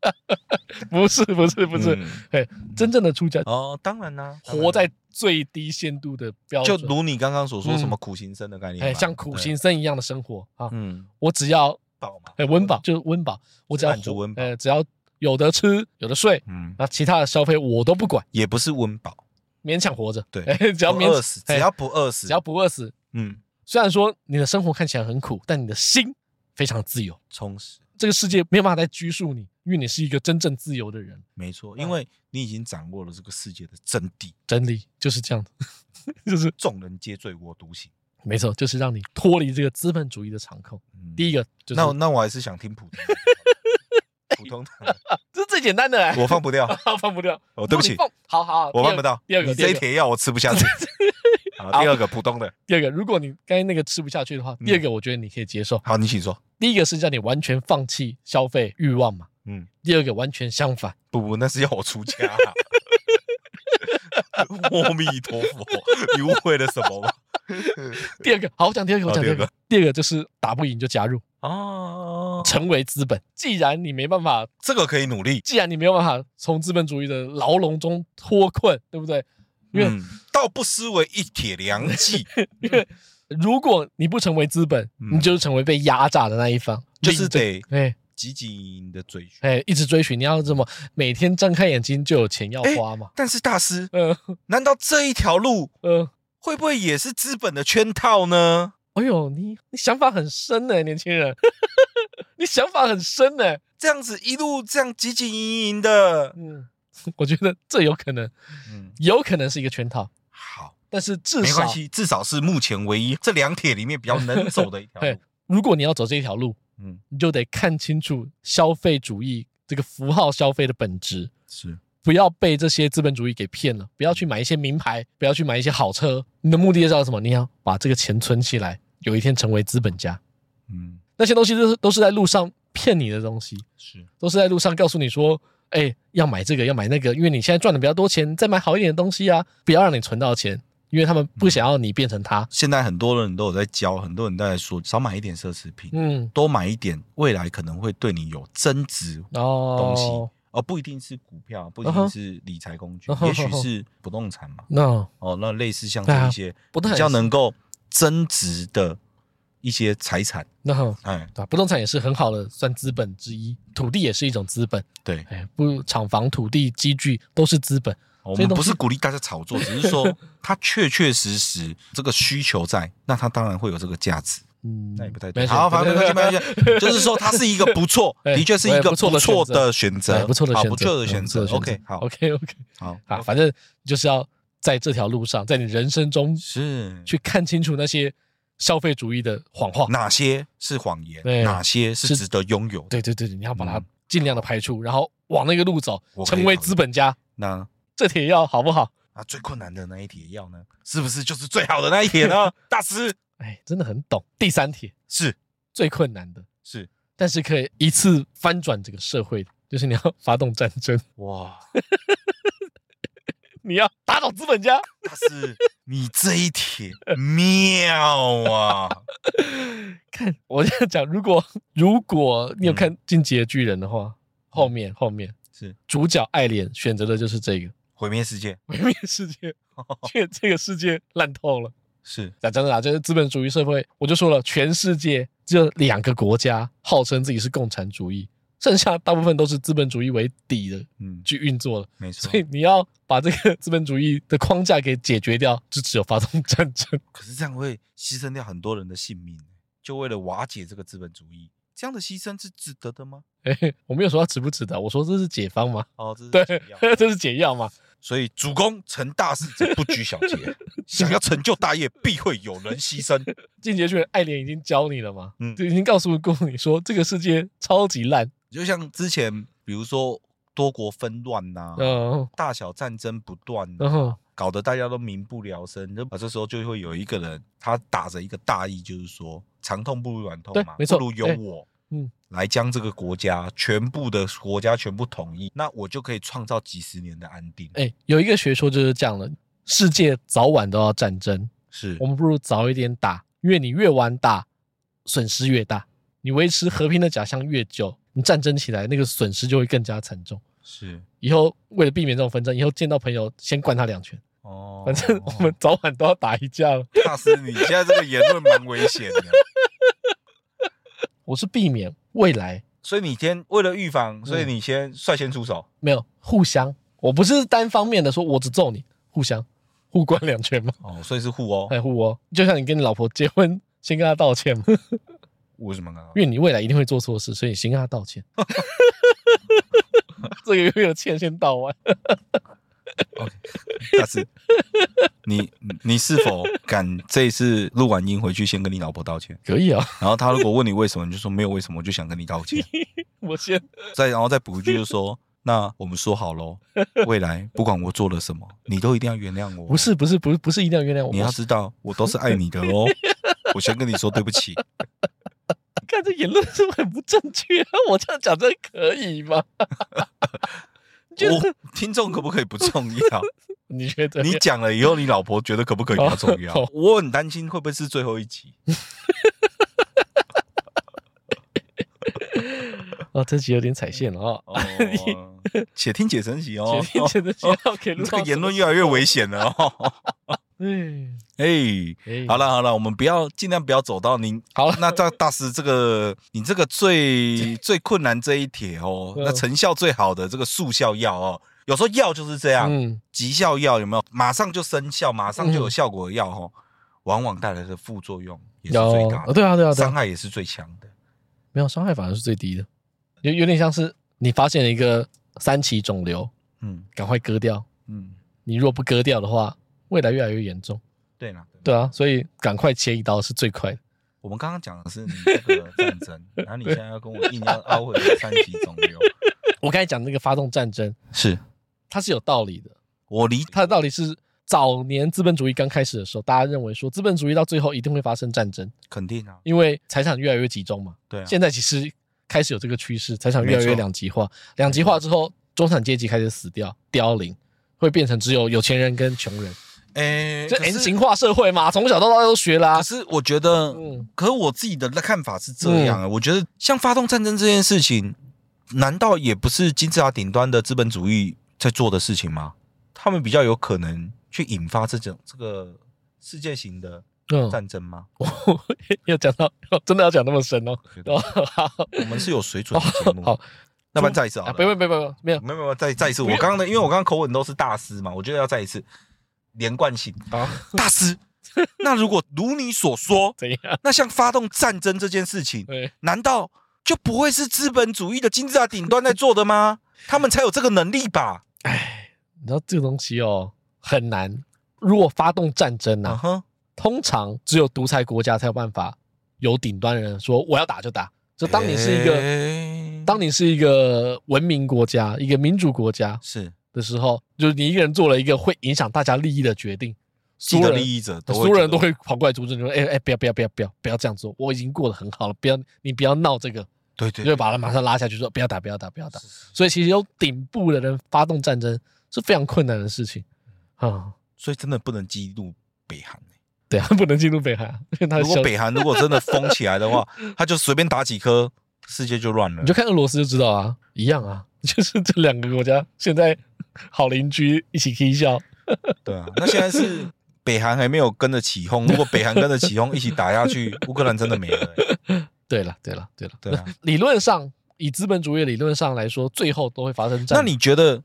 S1: 不是不是 (laughs) 不是，
S2: 啊嗯
S1: 哎、真正的出家，
S2: 哦，当然啦，当然啦
S1: 活在最低限度的标
S2: 就
S1: 准，
S2: 如你刚刚所说
S1: 嗯
S2: 什么苦行僧的概念
S1: 哎
S2: 嘛，
S1: 像苦
S2: 对
S1: 行，僧一样的生活啊。
S2: 嗯，
S1: 我只要
S2: 饱嘛，
S1: 哎温饱，就是温饱，我只要
S2: 满足
S1: 活
S2: 温饱
S1: 哎只要有得吃有得睡，
S2: 嗯，
S1: 那其他的消费我都不管，
S2: 也不是温饱，
S1: 勉强活着。
S2: 对
S1: 哎，只要
S2: 不
S1: 勉
S2: 饿死，
S1: 哎
S2: 只要不饿死，
S1: 只要不饿死，
S2: 嗯
S1: 虽然说你的生活看起来很苦，但你的心非常自由。
S2: 充实，
S1: 这个世界没有办法再拘束你，因为你是一个真正自由的人。
S2: 没错，
S1: 嗯
S2: 因为你已经掌握了这个世界的真谛，
S1: 真理就是这样子， (laughs) 就是
S2: 众人皆醉我独醒。
S1: 没错，就是让你脱离这个资本主义的场控。
S2: 嗯
S1: 第一个就是，
S2: 那那我还是想听普通
S1: (laughs)
S2: 的普通的，
S1: 这是最简单的、欸，
S2: 我放不掉。
S1: 放不掉。
S2: 哦，对不
S1: 如
S2: 起
S1: 果，你放好好，好
S2: 我办不
S1: 第二
S2: 到。
S1: 第二个
S2: 你这一
S1: 第二个
S2: 铁药我吃不 (laughs) 下去。好，第二个普通的，
S1: 第二个，如果你刚才那个吃不下去的话，
S2: 嗯
S1: 第二个我觉得你可以接受。
S2: 好，你请说。
S1: 第一个是叫你完全放弃消费欲望嘛，
S2: 嗯，
S1: 第二个完全相反，
S2: 不不，那是要我出家、啊。 (laughs) 阿弥陀佛，你误会了什么吗？
S1: 第二个好，我讲第二个，我
S2: 好
S1: 讲第二
S2: 哦第二
S1: 个，第二个就是打不赢就加入，
S2: 哦，
S1: 成为资本。既然你没办法，
S2: 这个可以努力。
S1: 既然你没有办法从资本主义的牢笼中脱困，对不对？因为
S2: 嗯，道不失为一铁良计，
S1: 因为如果你不成为资本，
S2: 嗯
S1: 你就是成为被压榨的那一方，
S2: (laughs) 就是
S1: 对
S2: 得
S1: 哎
S2: 挤紧你的嘴唇。
S1: 哎一直追寻，你要这么每天睁开眼睛就有钱要花嘛？
S2: 但是大师，
S1: 嗯
S2: 难道这一条路
S1: 嗯，
S2: 会不会也是资本的圈套呢？
S1: 哎呦，你你想法很深呢，年轻人， (laughs) 你想法很深呢。
S2: 这样子一路这样汲汲营营的，
S1: 嗯，我觉得这有可能，
S2: 嗯，
S1: 有可能是一个圈套，
S2: 好，
S1: 但是至
S2: 没
S1: 少
S2: 关系，至少是目前唯一这两铁里面比较能走的一条
S1: (laughs)
S2: 路
S1: 对。如果你要走这一条路，
S2: 嗯，
S1: 你就得看清楚消费主义这个符号消费的本质，
S2: 是，
S1: 不要被这些资本主义给骗了，不要去买一些名牌，不要去买一些好车。你的目的是要什么？你要把这个钱存起来，有一天成为资本家。
S2: 嗯，
S1: 那些东西都是都是在路上骗你的东西，
S2: 是，
S1: 都是在路上告诉你说，哎、要买这个，要买那个，因为你现在赚的比较多钱，再买好一点的东西啊，不要让你存到钱，因为他们不想要你变成他。
S2: 现在很多人都有在教，很多人都在说，少买一点奢侈品，
S1: 嗯，
S2: 多买一点，未来可能会对你有增值东西
S1: 哦，，
S2: 而不一定是股票，不一
S1: 嗯哼
S2: 定是理财工具
S1: 嗯，哼
S2: 也许
S1: 哼哼
S2: 是不动产嘛。
S1: 那
S2: 哦，那类似像这
S1: 啊
S2: 一些
S1: 不动产
S2: 比较
S1: 也是
S2: 能够增值的一些财产，
S1: 那好
S2: 哎，
S1: 对吧不动产也是很好的算资本之一，土地也是一种资本。
S2: 对，
S1: 哎，不，厂房、土地、机具都是资本。
S2: 我
S1: 这些
S2: 们
S1: 东
S2: 不
S1: 西
S2: 是鼓励大家炒作，只
S1: (laughs)
S2: 是说它确确实实这个需求在，那它当然会有这个价值。
S1: 嗯，
S2: 那也不太
S1: 没
S2: 对。
S1: 事 (laughs)
S2: 好，反正没关系，没关系。就是说，它是一个不错，
S1: 哎
S2: 的确是一个
S1: 不错的
S2: 不错
S1: 选择
S2: 的选择
S1: 哎，不错的
S2: 好
S1: 选择，
S2: 不错的
S1: 嗯
S2: 选择。OK，好
S1: OK (laughs) OK，
S2: 好
S1: 啊，反正就是要在这条路上，在你人生中
S2: 是
S1: 去看清楚那些消费主义的谎话。
S2: 哪些是谎言
S1: 对，
S2: 哪些是
S1: 是
S2: 值得拥有的。
S1: 对对对，你要把它
S2: 嗯
S1: 尽量的排除，然后往那个路走，
S2: 我可以
S1: 成为
S2: 考虑
S1: 资本家，
S2: 那
S1: 这铁要好不好？
S2: 啊，最困难的那一帖药呢，是不是就是最好的那一帖
S1: (laughs)
S2: 呢？大师
S1: 哎，真的很懂。第三铁
S2: 是
S1: 最困难的，
S2: 是
S1: 但是可以一次翻转整个社会的，就是你要发动战争，
S2: 哇，
S1: (laughs) 你要打倒资本家。
S2: 大师你这一
S1: (laughs)
S2: 帖妙啊！
S1: 看， (laughs) 我这样讲，如果如果你有看《进击的巨人》的话，后面后面
S2: 是
S1: 主角爱莲选择的就是这 (laughs) 个
S2: 毁灭世界
S1: 毁灭世界，这这个世界烂透了。
S2: 是
S1: 讲真的啊，这是资本主义社会，我就说了，全世界只有两个国家号称自己是共产主义，剩下大部分都是资本主义为底的
S2: 嗯，
S1: 去运作的。
S2: 没错
S1: 所。以你要把这个资本主义的框架给解决掉，就只有发动战争。 (laughs)
S2: 可是这样会牺牲掉很多人的性命，就为了瓦解这个资本主义，这样的牺牲是值得的吗？
S1: 哎、我没有说它值不值得，我说这是解方嘛，
S2: 哦，这是
S1: 对
S2: 解
S1: (laughs)
S2: 药，
S1: 这是解药嘛。
S2: 所以主公成大事者不拘小
S1: (laughs)
S2: 节，想要成就大业，必会有人牺牲。
S1: 进阶巨人爱莲已经教你了嘛，
S2: 嗯
S1: 就已经告诉过你说这个世界超级烂，
S2: 就像之前，比如说多国纷乱呐、
S1: 嗯，
S2: 大小战争不断、
S1: 然后
S2: 搞得大家都民不聊生。那啊，这时候就会有一个人，他打着一个大义，就是说长痛不如短痛
S1: 对
S2: 嘛，
S1: 没错
S2: 不如由
S1: 对嗯
S2: 我，嗯，来将这个国家全部的国家全部统一，那我就可以创造几十年的安定。
S1: 哎、有一个学说就是这样的，世界早晚都要战争，
S2: 是
S1: 我，们不如早一点打，因为你越晚打，损失越大，你维持和平的假象越久，你战争起来那个损失就会更加惨重。
S2: 是，
S1: 以后为了避免这种纷争，以后见到朋友先灌他两拳，
S2: 哦
S1: 反正我们早晚都要打一架了。
S2: 大师，你现在这个言论蛮危险的。
S1: 我是避免未来
S2: 所以你先为了预防，所以
S1: 嗯
S2: 你先率先出手。
S1: 没有互相，我不是单方面的说我只揍你，互相互灌两拳嘛，哎
S2: 哦，所以是互殴。哦
S1: 还互殴，就像你跟你老婆结婚，先跟她道歉嘛，
S2: 我为什么看到？
S1: 因为你未来一定会做错事，所以先跟他道
S2: (laughs)
S1: 歉。这个又有欠先道完，
S2: OK，大志，你你是否敢这一次录完音回去先跟你老婆道歉？
S1: 可以啊，
S2: 然后她如果问你为什么，你就说没有为什么，我就想跟你道 (laughs) 歉。
S1: 我先
S2: 再然后再补一句，就说那我们说好喽，未来不管我做了什么，你都一定要原谅我。
S1: 不，是不是不是不是一定要原谅我，
S2: 你要
S1: 我是
S2: 知道我都是爱你的 (laughs) 哦。我先跟你说对不 (laughs) 起，
S1: 看这言论是不是很不正确、 (laughs) 啊？我这样讲真的可以吗？你觉得
S2: 我听众可不可以不重 (laughs) 要？
S1: 你觉得
S2: 你讲了以后，你老婆觉得可不可以比较重要
S1: 哦？
S2: 我很担心会不会是最后一 (laughs) 集。
S1: 哦，这集有点踩线了啊、哦！
S2: 哦，且听且珍惜哦。
S1: 决定真的是要给
S2: 你
S1: 录
S2: 这
S1: 到
S2: 个言论
S1: 什
S2: 越来越危险了 (laughs) 哦。
S1: 么，嗯，
S2: 哎、
S1: 哎
S2: 好，了好了，我们不要尽量不要走到您。
S1: 好了
S2: 那大大师这个你这个
S1: (laughs)
S2: 最最困难这一帖哦，
S1: 嗯
S2: 那成效最好的这个速效药哦，有时候药就是这样，
S1: 嗯，
S2: 急效药有没有？马上就生效，马上就有效果的药哦，往往带来的副作用也是
S1: 嗯有
S2: 最大
S1: 哦，
S2: 的，
S1: 对啊对啊对
S2: 伤
S1: 啊，
S2: 害也是最强的。
S1: 没有伤害反而是最低的，有有点像是你发现了一个三期肿瘤，
S2: 嗯
S1: 赶快割掉，
S2: 嗯，
S1: 你如果不割掉的话，未来越来越严重。
S2: 对了，
S1: 对啊，所以赶快切一刀是最快的。 (laughs)
S2: 我们刚刚讲的是你这个战争，然后你现在要跟我硬要凹回三级肿瘤，
S1: 我刚才讲那个发动战争，
S2: 是
S1: 它是有道理的，
S2: 我理解
S1: 它的道理是早年资本主义刚开始的时候，大家认为说资本主义到最后一定会发生战争，
S2: 肯定啊，
S1: 因为财产越来越集中嘛。
S2: 对啊，
S1: 现在其实开始有这个趋势，财产越来
S2: 没
S1: 越
S2: 错
S1: 两极化，两极化之后，中产阶级开始死掉、凋零，会变成只有有钱人跟穷人，
S2: 哎、
S1: 这
S2: 可
S1: N
S2: 是
S1: 型化社会嘛，从小到大都学啦
S2: 可。是我觉得，
S1: 嗯
S2: 可是我自己的看法是这样、啊，我觉得像发动战争这件事情，难道也不是金字塔顶端的资本主义在做的事情吗？他们比较有可能去引发这种这个世界型的
S1: 嗯，
S2: 战争吗？
S1: 要讲到 (laughs) 真的要讲那么
S2: (laughs)
S1: 深哦。
S2: 我觉得
S1: 哦，好，
S2: 我们是有水准的节目，
S1: (laughs) 好，
S2: 那不然再一次好
S1: 啊，
S2: 了，
S1: 不用不用不用，没有，
S2: 没有没有再再一次，我刚刚的因为我刚刚口吻都是大师嘛，我觉得要再一次连贯性，
S1: 好，
S2: 大师。那如果如你所说，
S1: (laughs) 怎样？
S2: 那像发动战争这件事情，
S1: 对，
S2: 难道就不会是资本主义的金字塔顶端在做的吗？他们才有这个能力吧？
S1: 你知道这个东西哦很难。如果发动战争
S2: 啊
S1: 啊，
S2: 哈，
S1: 通常只有独裁国家才有办法有顶端人说我要打就打。就当你是一个、
S2: 个
S1: 当你是一个文明国家、一个民主国家
S2: 是
S1: 的时候，就是你一个人做了一个会影响大家利益的决定，
S2: 既
S1: 所
S2: 得
S1: 有人
S2: 利益者，
S1: 呃所有人都
S2: 觉得
S1: 会跑过来阻止你说：“哎、哎、不要不要不要不要不要这样做，我已经过得很好了，不要你不要闹这个。”
S2: 对
S1: 就
S2: 对
S1: 会
S2: 对
S1: 把他马上拉下去说：“不要打不要打不要打。”
S2: 是是
S1: 所以其实由顶部的人发动战争是非常困难的事情啊、
S2: 所以真的不能激怒北韩欸、
S1: 对啊，不能进入北韩啊， (laughs) 因为他
S2: 如果
S1: 小
S2: 北韩如果真的疯起来
S1: (laughs)
S2: 的话，他就随便打几颗，世界就乱了
S1: 你就。看俄罗斯就知道啊，一样啊， (laughs) 就是这两个国家现在好邻居一起 k 笑，
S2: 对啊，那现在是北韩还没有跟着起哄，如果北韩跟着起哄一起打下去，乌克兰真的没了欸、
S1: 对了对了对了，
S2: 对啊，
S1: 理论上以资本主义的理论上来说，最后都会发生战。
S2: 那你
S1: (laughs)
S2: 觉得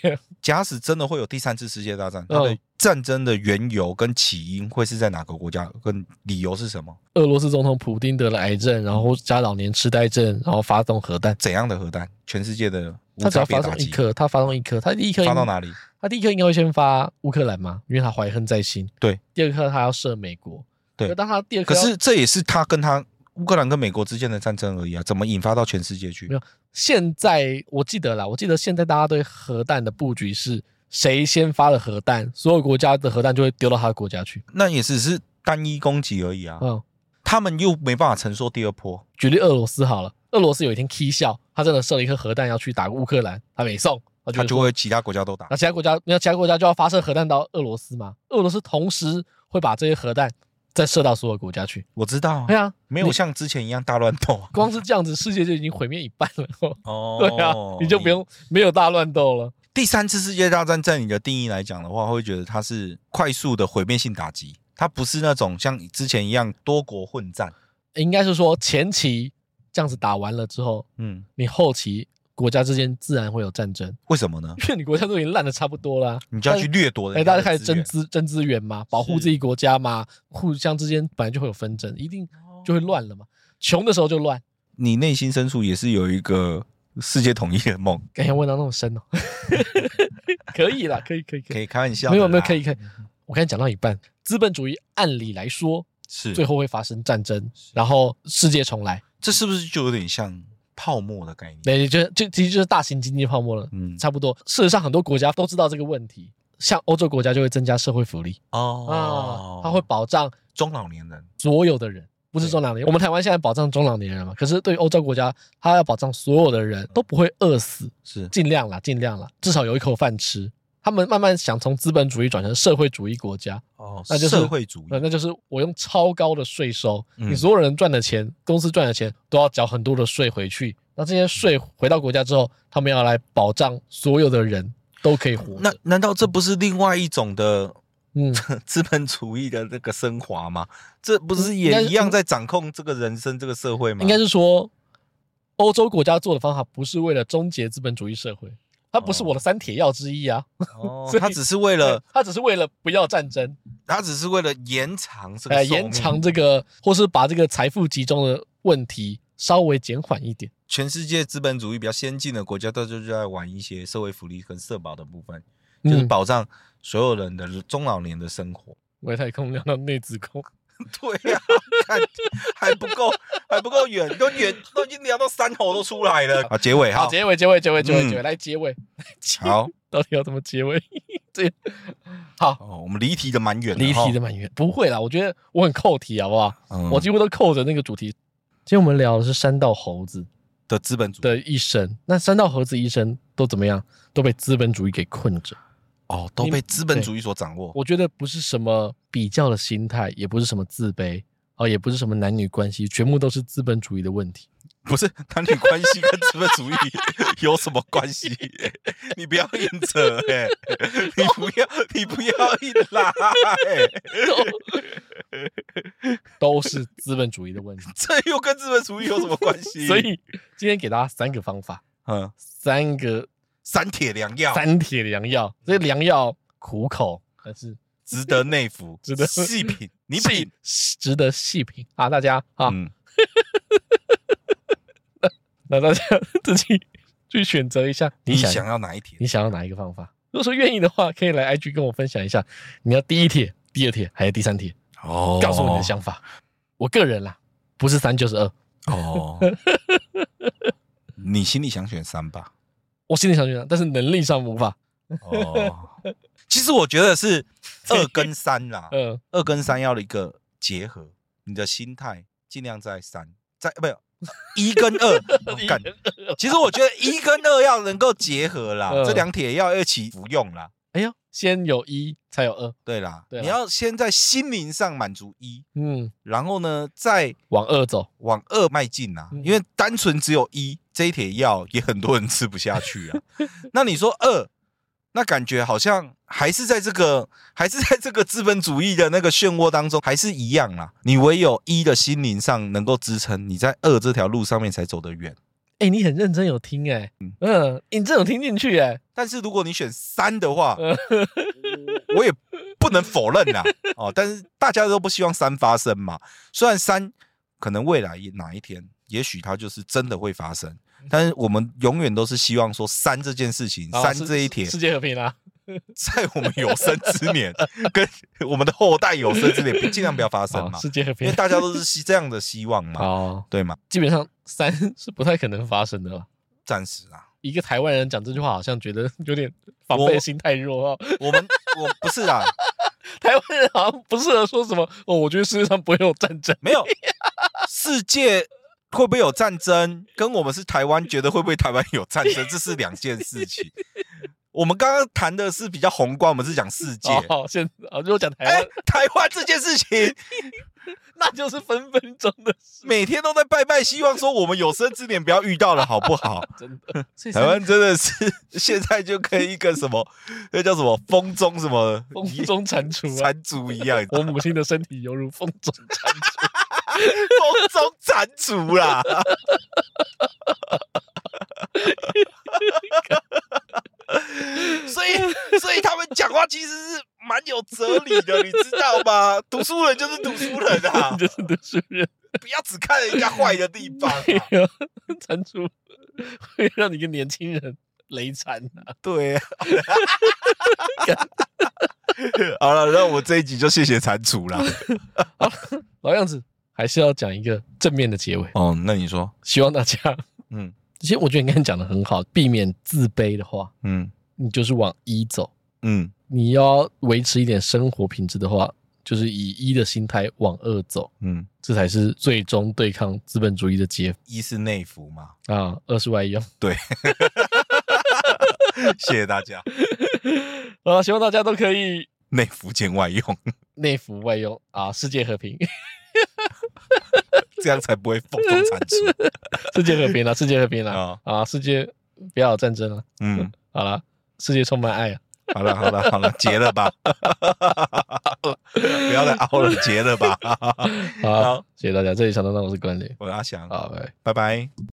S1: 对啊，
S2: 假使真的会有第三次世界大战，它的
S1: 嗯
S2: 战争的缘由跟起因会是在哪个国家？跟理由是什么？
S1: 俄罗斯总统普丁得了癌症，然后加老年痴呆症，然后发动核弹，
S2: 怎样的核弹？全世界的无
S1: 他只
S2: 差
S1: 要
S2: 别
S1: 发
S2: 打
S1: 动一
S2: 击，
S1: 颗，他发动一颗，他第一颗应
S2: 发
S1: 该
S2: 到哪里？
S1: 他第一颗应该会先发乌克兰嘛，因为他怀恨在心。
S2: 对，
S1: 第二颗他要射美国。
S2: 对
S1: 可当他第二颗
S2: 可
S1: 要
S2: 是这也是他跟他乌克兰跟美国之间的战争而已啊，怎么引发到全世界去
S1: 没？有现在我记得啦，我记得现在大家对核弹的布局是谁先发了核弹，所有国家的核弹就会丢到他的国家去。
S2: 那也只是单一攻击而已啊，
S1: 嗯，
S2: 他们又没办法承受第二波。
S1: 举例俄罗斯好了，俄罗斯有一天 K 笑，他真的射了一颗核弹要去打乌克兰，他没送，他就
S2: 他
S1: 会
S2: 就
S1: 说
S2: 会其他国家都打
S1: 那，其他国家，那其他国家就要发射核弹到俄罗斯嘛？俄罗斯同时会把这些核弹再射到所有国家去。
S2: 我知道啊
S1: 对，啊，
S2: 没有
S1: 你
S2: 像之前一样大乱斗啊。
S1: 光是这样子，世界就已经毁灭一半了。
S2: (laughs) 哦
S1: 对啊，你就不用没有大乱斗了。
S2: 第三次世界大战，在你的定义来讲的话，会觉得它是快速的毁灭性打击，它不是那种像之前一样多国混战。
S1: 应该是说前期这样子打完了之后，
S2: 嗯，
S1: 你后期国家之间自然会有战争，
S2: 为什么呢？
S1: 因为你国家都已经烂的差不多啊啦、
S2: 你就要去掠夺
S1: 但
S2: 人
S1: 哎，
S2: 家
S1: 大
S2: 的
S1: 家开
S2: 资源，
S1: 始争资争资源嘛，保护
S2: 是
S1: 自己国家嘛，互相之间本来就会有纷争，一定就会乱了嘛。穷的时候就乱。
S2: 你内心深处也是有一个世界统一的梦，
S1: 感觉问到那么深哦，可以啦，可以可以 (laughs) 可
S2: 可
S1: 以，
S2: 以开玩笑的
S1: 没
S2: 啦。嗯
S1: 有没有可以可以。我刚才讲到一半，资本主义按理来说
S2: 是
S1: 最后会发生战争，然后世界重来，
S2: 这是不是就有点像泡沫的概念？
S1: 那就就其实就是大型经济泡沫了，
S2: 嗯，
S1: 差不多。事实上，很多国家都知道这个问题，像欧洲国家就会增加社会福利啊
S2: 哦，，
S1: 它会保障
S2: 中老年人，
S1: 所有的人，不是中老年人。我们台湾现在保障中老年人嘛，可是对于欧洲国家，它要保障所有的
S2: 嗯
S1: 人都不会饿死，
S2: 是
S1: 尽量啦，尽量啦，至少有一口饭吃。他们慢慢想从资本主义转成社会主义国家，
S2: 哦，
S1: 那就是
S2: 社会主义
S1: 那那就是我用超高的税收，
S2: 嗯
S1: 你所有人赚的钱，公司赚的钱都要缴很多的税回去。那这些税回到国家之后，他们要来保障所有的人都可以活着。
S2: 那难道这不是另外一种的
S1: 嗯，
S2: 资本主义的那个升华吗？这不是
S1: 应该
S2: 也
S1: 是嗯
S2: 一样在掌控这个人生、这个社会吗？
S1: 应该是说，欧洲国家做的方法不是为了终结资本主义社会，它不是我的三铁药之一啊，
S2: 哦
S1: 所以
S2: 他只是哦为了
S1: 它只是为了不要战争，
S2: 他只是为了延长这个
S1: 呃，
S2: 寿命
S1: 延长这个或是把这个财富集中的问题稍微减缓一点。
S2: 全世界资本主义比较先进的国家，它就是在玩一些社会福利跟社保的部分，就是
S1: 嗯，
S2: 保障所有人的中老年的生活。 (laughs)
S1: 外太空聊到内子宫，
S2: 对呀、看还不够，还不够远，都远都已经聊到山头都出来了。啊，结尾
S1: 好，
S2: 哈，
S1: 结尾，结尾，结尾，结尾，
S2: 嗯
S1: 结尾，来结尾，结尾
S2: 好
S1: 到底要怎么结
S2: (laughs)
S1: 尾？这好，
S2: 哦，我们离题的蛮远，
S1: 离题的，蛮远，不会啦，我觉得我很扣题，啊好不好？
S2: 嗯、
S1: 我几乎都扣着那个主题。今天我们聊的是山道猴子
S2: 的资本主义
S1: 的一生，那山道猴子一生都怎么样？都被资本主义给困着。
S2: 哦，都
S1: 你
S2: 被资本主义所掌握。
S1: 我觉得不是什么比较的心态，也不是什么自卑，啊，也不是什么男女关系，全部都是资本主义的问题。
S2: 不是男女关系跟资本主义有什么关
S1: (laughs)
S2: 系？你不要硬扯哎、你不要你不要硬拉哎、
S1: 都是资本主义的问题，
S2: 这又跟资本主义有什么关系？
S1: 所以今天给大家三个方法，
S2: 嗯，
S1: 三个
S2: 三铁良药，
S1: 三铁良药。这良药苦口，但是
S2: 值得内
S1: (laughs)
S2: 服，
S1: 值得
S2: 细品，你
S1: 细
S2: 品。
S1: 值得细品啊！大家啊，
S2: 嗯，
S1: 那大家 (laughs) 自己去选择一下，
S2: 你
S1: 你想
S2: 想要哪一铁
S1: 你？想要哪一个方法？如果说愿意的话，可以来 IG 跟我分享一下，你要第一帖、第二帖还是第三帖？
S2: 哦
S1: 告诉我你的想法。我个人啦，不是三就是二， (laughs)
S2: 哦，你心里想选三吧？
S1: 我心里想选择，但是能力上无法。
S2: 哦，
S1: (laughs)
S2: 其实我觉得是二跟三啦，
S1: 嗯，
S2: 二跟三要的一个结合，你的心态尽量在三，在不有一跟二
S1: (laughs)
S2: 哦
S1: 一
S2: 干
S1: 跟。二
S2: 其实我觉得一跟二要能够结合啦，
S1: 嗯
S2: 这两铁要一起服用啦。
S1: 哎呦，先有一才有二，
S2: 对啦，
S1: 对啦
S2: 你要先在心灵上满足一，
S1: 嗯，
S2: 然后呢再
S1: 往二走。
S2: 往二迈进啦。
S1: 嗯
S2: 因为单纯只有一这一铁药，也很多人吃不下去啊。那你说二，那感觉好像还是在这个还是在这个资本主义的那个漩涡当中，还是一样啦。你唯有一的心灵上能够支撑，你在二这条路上面才走得远。
S1: 哎、你很认真有听哎、
S2: 嗯
S1: 嗯，你真有听进去哎、
S2: 但是如果你选三的话，
S1: 嗯
S2: 我也不能否认啦。哦，但是大家都不希望三发生嘛。虽然三可能未来也哪一天，也许它就是真的会发生，但是我们永远都是希望说三这件事情，
S1: 好
S2: 嗯三
S1: 世
S2: 这一帖
S1: 世，界和平啦、
S2: (laughs) 在我们有生之年 (laughs) 跟我们的后代有生之年，尽量不要发生
S1: 好，
S2: 嘛，
S1: 世界和
S2: 因
S1: 平
S2: 为。大家都是希这样的希望嘛，
S1: 好，
S2: 对嘛？
S1: 基本上三 (laughs) 是不太可能发生的了。
S2: 暂时啊，
S1: 一个台湾人讲这句话，好像觉得有点防
S2: 我
S1: 备心太弱哦。
S2: 我们我不是啦，
S1: 台湾人好像不适合说什么哦，我觉得世界上不会有战争。
S2: 没有世界会不会有战争，跟我们是台湾觉得会不会台湾有战争，这是两件事情。我们刚刚谈的是比较宏观，我们是讲世界。
S1: 哦，现哦，如果讲台
S2: 哎、
S1: 湾，
S2: 台湾这件事情
S1: 那就是分分钟的事，
S2: 每天都在拜拜，希望说我们有生之年不要遇到了，好不
S1: (laughs)
S2: 好？
S1: 真的。 (laughs) 所以
S2: 台
S1: 三
S2: 湾真的是现在就跟一个什么，那叫什么风中什么
S1: 风中蟾蜍啊，
S2: 蟾蜍一样，
S1: 我母亲的身体犹如风中蟾蜍。
S2: 风中蟾蜍啦。所以，所以他们讲话其实是蛮有哲理的，你知道吗？读书人就是读书人啊 (laughs)
S1: 你，就是读书人，
S2: 不要只看人家坏的地方、啊。
S1: 蟾蜍会让你跟年轻人累惨啊！
S2: 对啊。好了，那我这一集就谢谢蟾蜍啦。
S1: 老样子，还是要讲一个正面的结尾。
S2: 哦，那你说，
S1: 希望大家，
S2: 嗯
S1: 其实我觉得你刚才讲的很好，避免自卑的话，
S2: 嗯
S1: 你就是往一走。
S2: 嗯，
S1: 你要维持一点生活品质的话，就是以一的心态往二走，
S2: 嗯，
S1: 这才是最终对抗资本主义的解
S2: 一是内服嘛，
S1: 啊，二是外用。 (laughs)
S2: 谢谢大家，
S1: 啊，希望大家都可以
S2: 内服兼外用，
S1: 内服外用啊，世界和平， (laughs)
S2: 这样才不会疯疯蟾蜍。
S1: 世界和平啊，世界和平
S2: (laughs)
S1: 啊
S2: 啊，
S1: 啊，世界不要有战争了，
S2: 嗯，
S1: 好了，世界充满爱啊。
S2: 好了好了好了，结
S1: (laughs)
S2: 了吧，不要再熬了，结了吧。 (laughs)
S1: 好，谢谢大家，这里小东东，我是关磊，
S2: 我是阿翔，
S1: 好，拜拜。
S2: 拜拜。